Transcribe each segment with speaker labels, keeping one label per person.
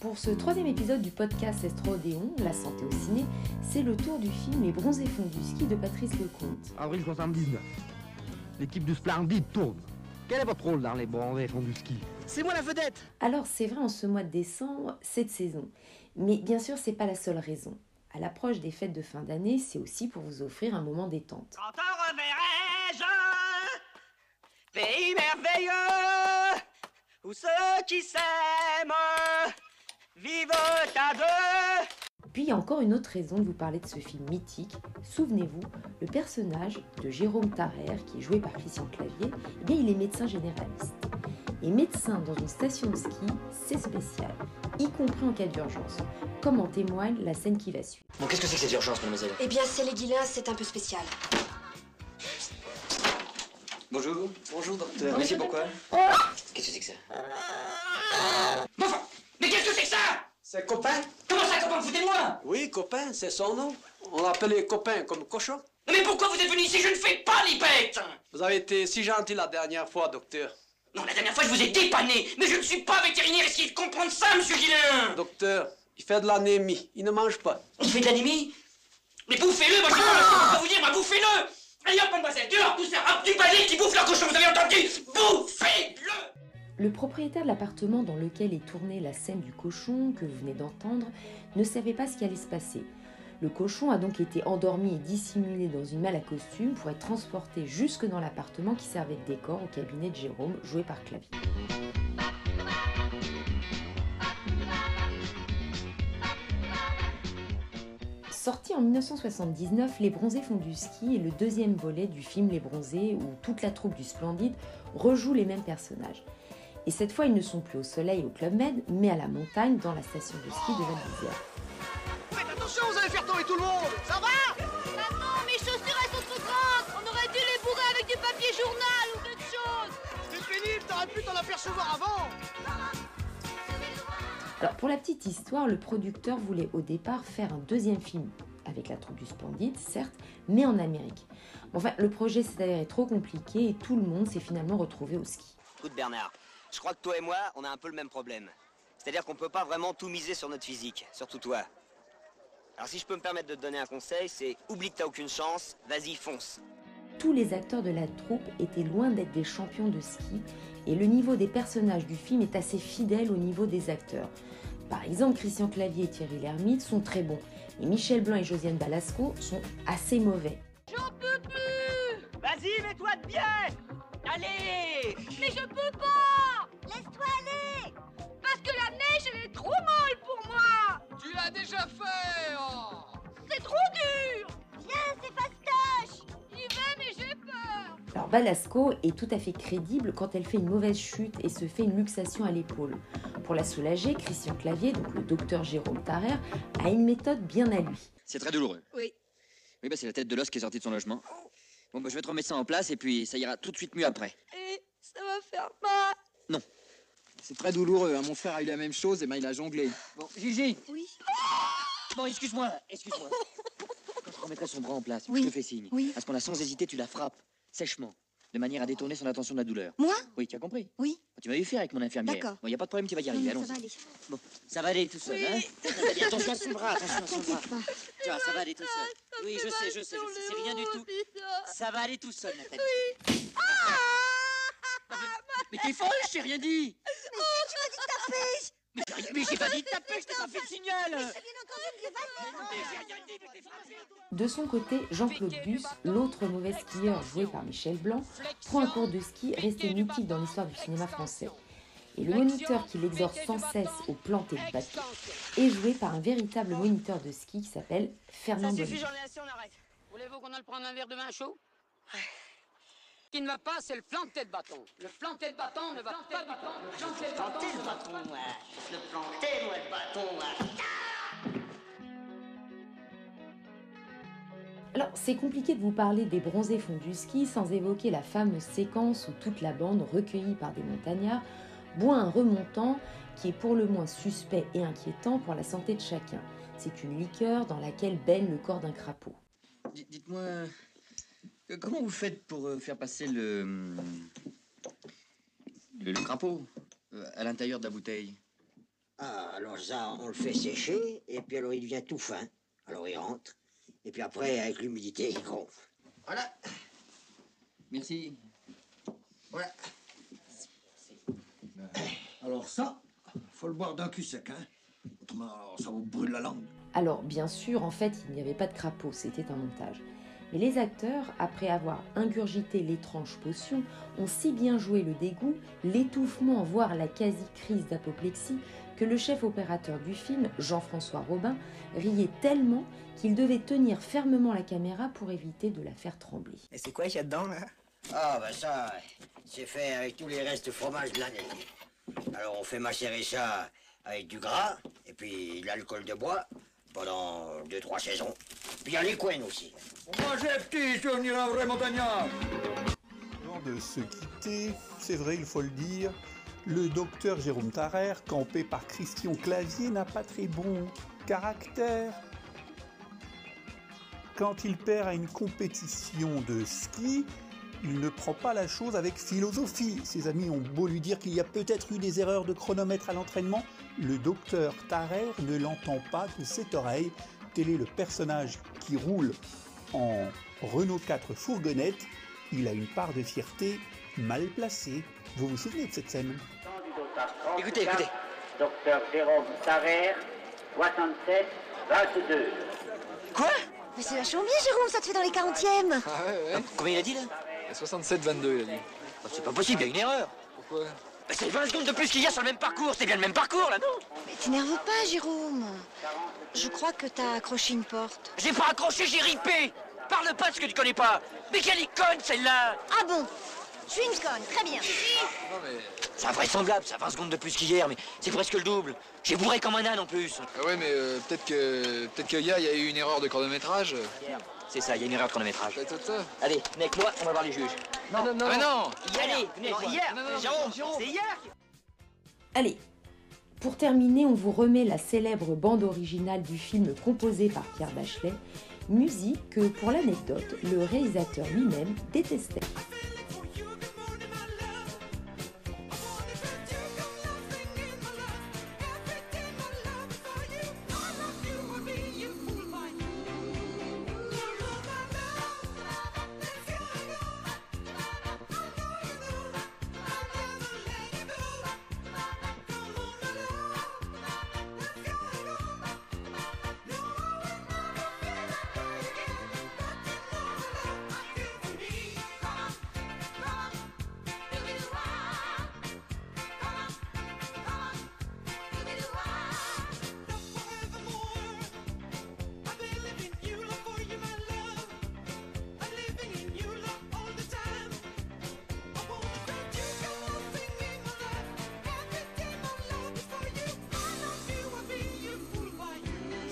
Speaker 1: Pour ce troisième épisode du podcast Estrodéon, La santé au ciné, c'est le tour du film Les bronzés fonds du ski de Patrice Lecomte.
Speaker 2: Avril 79. L'équipe du Splendid tourne. Quel est votre rôle dans les bronzés fonds du ski
Speaker 3: C'est moi la vedette
Speaker 1: Alors c'est vrai en ce mois de décembre, cette saison. Mais bien sûr, c'est pas la seule raison. À l'approche des fêtes de fin d'année, c'est aussi pour vous offrir un moment détente.
Speaker 3: Quand en reverrai-je Pays merveilleux Où ceux qui s'aiment Vivent à deux
Speaker 1: Puis il y a encore une autre raison de vous parler de ce film mythique. Souvenez-vous, le personnage de Jérôme Tarrer, qui est joué par Christian Clavier, eh bien il est médecin généraliste. Et médecin dans une station de ski, c'est spécial, y compris en cas d'urgence, comme en témoigne la scène qui va suivre.
Speaker 4: Bon, qu'est-ce que c'est que cette urgence, mademoiselle
Speaker 5: Eh bien, c'est les guilins, c'est un peu spécial.
Speaker 4: Bonjour. Bonjour, docteur. Mais c'est pourquoi Qu'est-ce que c'est que ça
Speaker 3: Mais qu'est-ce que c'est que ça
Speaker 6: C'est copain
Speaker 3: Comment ça, comment foutez-moi
Speaker 6: Oui, copain, c'est son nom. On l'appelle les copains comme cochon.
Speaker 3: Non, Mais pourquoi vous êtes venu ici Je ne fais pas les bêtes
Speaker 6: Vous avez été si gentil la dernière fois, docteur.
Speaker 3: Non, la dernière fois, je vous ai dépanné Mais je ne suis pas vétérinaire, essayez de comprendre ça, monsieur Guillain
Speaker 6: Docteur, il fait de l'anémie, il ne mange pas.
Speaker 3: Il fait de l'anémie Mais bouffez-le, moi je sais pas, je peux pas vous dire, moi bouffez-le Allez hop, mademoiselle, dehors, tous ça, hop, du balai qui bouffe leur cochon, vous avez entendu Bouffez-le
Speaker 1: Le propriétaire de l'appartement dans lequel est tournée la scène du cochon que vous venez d'entendre ne savait pas ce qui allait se passer. Le cochon a donc été endormi et dissimulé dans une malle à costume pour être transporté jusque dans l'appartement qui servait de décor au cabinet de Jérôme, joué par Clavier. Sorti en 1979, Les Bronzés font du ski est le deuxième volet du film Les Bronzés où toute la troupe du Splendide rejoue les mêmes personnages. Et cette fois, ils ne sont plus au soleil au Club Med, mais à la montagne dans la station de ski de Val d'Isère.
Speaker 6: Faites attention, vous allez faire tomber tout le monde Ça va
Speaker 7: Maman, mes chaussures, elles sont trop grandes On aurait dû les bourrer avec du papier journal ou quelque chose
Speaker 6: C'est pénible, t'aurais pu t'en apercevoir avant
Speaker 1: Alors pour la petite histoire, le producteur voulait au départ faire un deuxième film avec la troupe du Splendide, certes, mais en Amérique. Enfin, le projet s'est avéré trop compliqué et tout le monde s'est finalement retrouvé au ski.
Speaker 4: Écoute, Bernard, je crois que toi et moi, on a un peu le même problème. C'est-à-dire qu'on peut pas vraiment tout miser sur notre physique, surtout toi. Alors si je peux me permettre de te donner un conseil, c'est oublie que t'as aucune chance, vas-y, fonce.
Speaker 1: Tous les acteurs de la troupe étaient loin d'être des champions de ski et le niveau des personnages du film est assez fidèle au niveau des acteurs. Par exemple, Christian Clavier et Thierry Lhermitte sont très bons et Michel Blanc et Josiane Balasco sont assez mauvais.
Speaker 7: J'en peux plus
Speaker 3: Vas-y, mets-toi de bien Allez
Speaker 7: Mais je peux pas Laisse-toi aller Parce que la neige, elle est trop molle pour moi
Speaker 6: Tu l'as déjà fait oh.
Speaker 7: C'est trop dur Viens, c'est fastoche J'y vais, mais j'ai peur
Speaker 1: Alors Balasco est tout à fait crédible quand elle fait une mauvaise chute et se fait une luxation à l'épaule. Pour la soulager, Christian Clavier, donc le docteur Jérôme Tarrer, a une méthode bien à lui.
Speaker 4: C'est très douloureux.
Speaker 5: Oui.
Speaker 4: Oui, bah c'est la tête de l'os qui est sortie de son logement. Bon, bah je vais te remettre ça en place et puis ça ira tout de suite mieux après.
Speaker 5: Et ça va faire mal.
Speaker 8: C'est très douloureux. hein. Mon frère a eu la même chose et ben il a jonglé.
Speaker 4: Bon, Gigi
Speaker 5: Oui.
Speaker 4: Bon, excuse-moi, excuse-moi. Quand je remettrai son bras en place,
Speaker 5: Oui.
Speaker 4: je te fais signe.
Speaker 5: Oui.
Speaker 4: À ce qu'on a sans hésiter, tu la frappes, sèchement, de manière à détourner son attention de la douleur.
Speaker 5: Moi
Speaker 4: Oui, tu as compris
Speaker 5: Oui.
Speaker 4: Tu m'as eu faire avec mon infirmière.
Speaker 5: D'accord.
Speaker 4: Bon, y a pas de problème, tu vas y
Speaker 5: Non,
Speaker 4: arriver,
Speaker 5: non,
Speaker 4: allons
Speaker 5: ça va aller.
Speaker 4: Ça va aller tout seul, hein Très bien, Attention à son bras, attention à son bras.
Speaker 5: T'inquiète pas.
Speaker 4: Tu vois, ça va aller tout seul. Oui, je sais, je sais, je sais, c'est rien du tout. Ça va aller tout seul, Nathalie. Oui. mais t'es folle, je t'ai rien Oh, dit. Mais tu m'as dit de taper. Mais j'ai pas dit de taper, je t'ai pas fait le signal.
Speaker 1: De son côté, Jean-Claude Bus, l'autre mauvais skieur joué par Michel Blanc, prend un cours de ski resté mythique dans l'histoire du cinéma français. Et le moniteur qui l'exhorte sans cesse au planter de papier est joué par un véritable moniteur de ski qui s'appelle Fernand Bonny.
Speaker 9: ai assez, on arrête. Voulez-vous qu'on aille prendre un verre de vin chaud Ce qui ne va pas, c'est le planté de bâton. Le planté de bâton ne va pas du tout. Le planté de bâton,
Speaker 4: Le planter, moi, le bâton,
Speaker 1: Alors, c'est compliqué de vous parler des bronzés fonds du ski sans évoquer la fameuse séquence où toute la bande, recueillie par des montagnards, boit un remontant qui est pour le moins suspect et inquiétant pour la santé de chacun. C'est une liqueur dans laquelle baigne le corps d'un crapaud.
Speaker 4: Dites-moi, euh, comment vous faites pour euh, faire passer le. hum, le, le crapaud euh, à l'intérieur de la bouteille
Speaker 8: Ah,
Speaker 10: Alors ça, on le fait sécher, et puis alors il devient tout fin. Alors il rentre, et puis après, avec l'humidité, il gonfle.
Speaker 11: Voilà. Merci. Voilà. Alors ça, faut le boire d'un cul sec, hein. Autrement, ça vous brûle la langue.
Speaker 1: Alors, bien sûr, en fait, il n'y avait pas de crapaud, c'était un montage. Mais les acteurs, après avoir ingurgité l'étrange potion, ont si bien joué le dégoût, l'étouffement, voire la quasi-crise d'apoplexie, que le chef opérateur du film, Jean-François Robin, riait tellement qu'il devait tenir fermement la caméra pour éviter de la faire trembler.
Speaker 10: Et c'est quoi qu'il y a dedans, là Ah, bah ça, c'est fait avec tous les restes de fromage de l'année. Alors on fait macérer ça avec du gras, et puis l'alcool de bois, pendant deux, trois saisons. Puis il y a les coins aussi.
Speaker 11: Moi, j'ai un petit souvenir, un vrai montagnard.
Speaker 12: Avant de se quitter, c'est vrai, il faut le dire, le docteur Jérôme Tarrer, campé par Christian Clavier, n'a pas très bon caractère. Quand il perd à une compétition de ski, il ne prend pas la chose avec philosophie. Ses amis ont beau lui dire qu'il y a peut-être eu des erreurs de chronomètre à l'entraînement, le docteur Tarrer ne l'entend pas de cette oreille. Tel est le personnage qui roule en Renault 4 fourgonnette. Il a une part de fierté mal placée. Vous vous souvenez de cette scène
Speaker 13: Écoutez, écoutez.
Speaker 4: Ah.
Speaker 13: Docteur Jérôme Tarrer, 67, 22.
Speaker 5: Quoi Mais c'est vachement bien, Jérôme, ça te fait dans les 40e.
Speaker 11: Ah ouais, ouais.
Speaker 4: Combien il a dit là
Speaker 11: 67-22, il a dit.
Speaker 4: C'est pas possible, il y a une erreur.
Speaker 11: Pourquoi
Speaker 4: Mais c'est 20 secondes de plus qu'il y a sur le même parcours. C'est bien le même parcours là, non
Speaker 5: Mais t'énerve pas, Jérôme. Je crois que t'as accroché une porte.
Speaker 4: J'ai pas accroché, j'ai ripé. Parle pas de ce que tu connais pas. Mais quelle icône celle-là
Speaker 5: Ah bon Je suis une conne, très bien.
Speaker 11: Non, mais.
Speaker 4: C'est invraisemblable, ça 20 secondes de plus qu'hier, mais c'est presque le double. J'ai bourré comme un âne en plus.
Speaker 11: Ah ouais, mais euh, peut-être que. Peut-être qu'il y a, il y a eu une erreur de chronométrage. Bah,
Speaker 4: C'est ça, il y a une erreur de chronométrage.
Speaker 11: C'est tout ça.
Speaker 4: Allez, venez avec moi, on va voir les juges.
Speaker 11: Non, non, non.
Speaker 4: Ah, mais non
Speaker 11: Allez,
Speaker 4: venez avec moi. Jérôme, c'est hier
Speaker 1: Allez, pour terminer, on vous remet la célèbre bande originale du film composé par Pierre Bachelet, musique que, pour l'anecdote, le réalisateur lui-même détestait.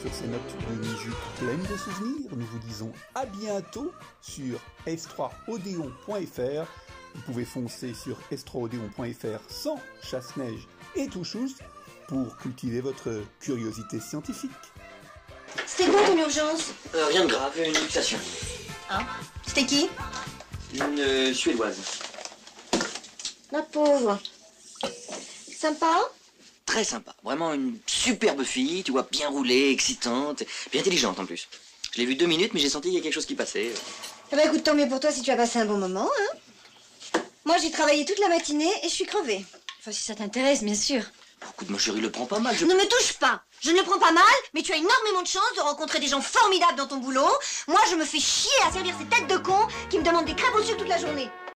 Speaker 12: Sur ces notes de musique pleines de souvenirs, nous vous disons à bientôt sur s3odeon.fr. Vous pouvez foncer sur s3odeon.fr sans chasse-neige et touchous pour cultiver votre curiosité scientifique.
Speaker 5: C'était quoi ton urgence
Speaker 4: Euh, rien de grave, une luxation.
Speaker 5: Hein C'était qui
Speaker 4: Une euh, suédoise.
Speaker 5: La pauvre. Sympa hein
Speaker 4: Très sympa, vraiment une superbe fille, tu vois, bien roulée, excitante, puis intelligente en plus. Je l'ai vue deux minutes, mais j'ai senti qu'il y a quelque chose qui passait.
Speaker 5: Eh ben écoute, tant mieux pour toi si tu as passé un bon moment, hein Moi, j'ai travaillé toute la matinée et je suis crevée. Enfin, si ça t'intéresse, bien sûr.
Speaker 4: Écoute, mon chéri le prend pas mal, je...
Speaker 5: Ne me touche pas Je ne le prends pas mal, mais tu as énormément de chance de rencontrer des gens formidables dans ton boulot. Moi, je me fais chier à servir ces têtes de cons qui me demandent des crêpes au sucre toute la journée.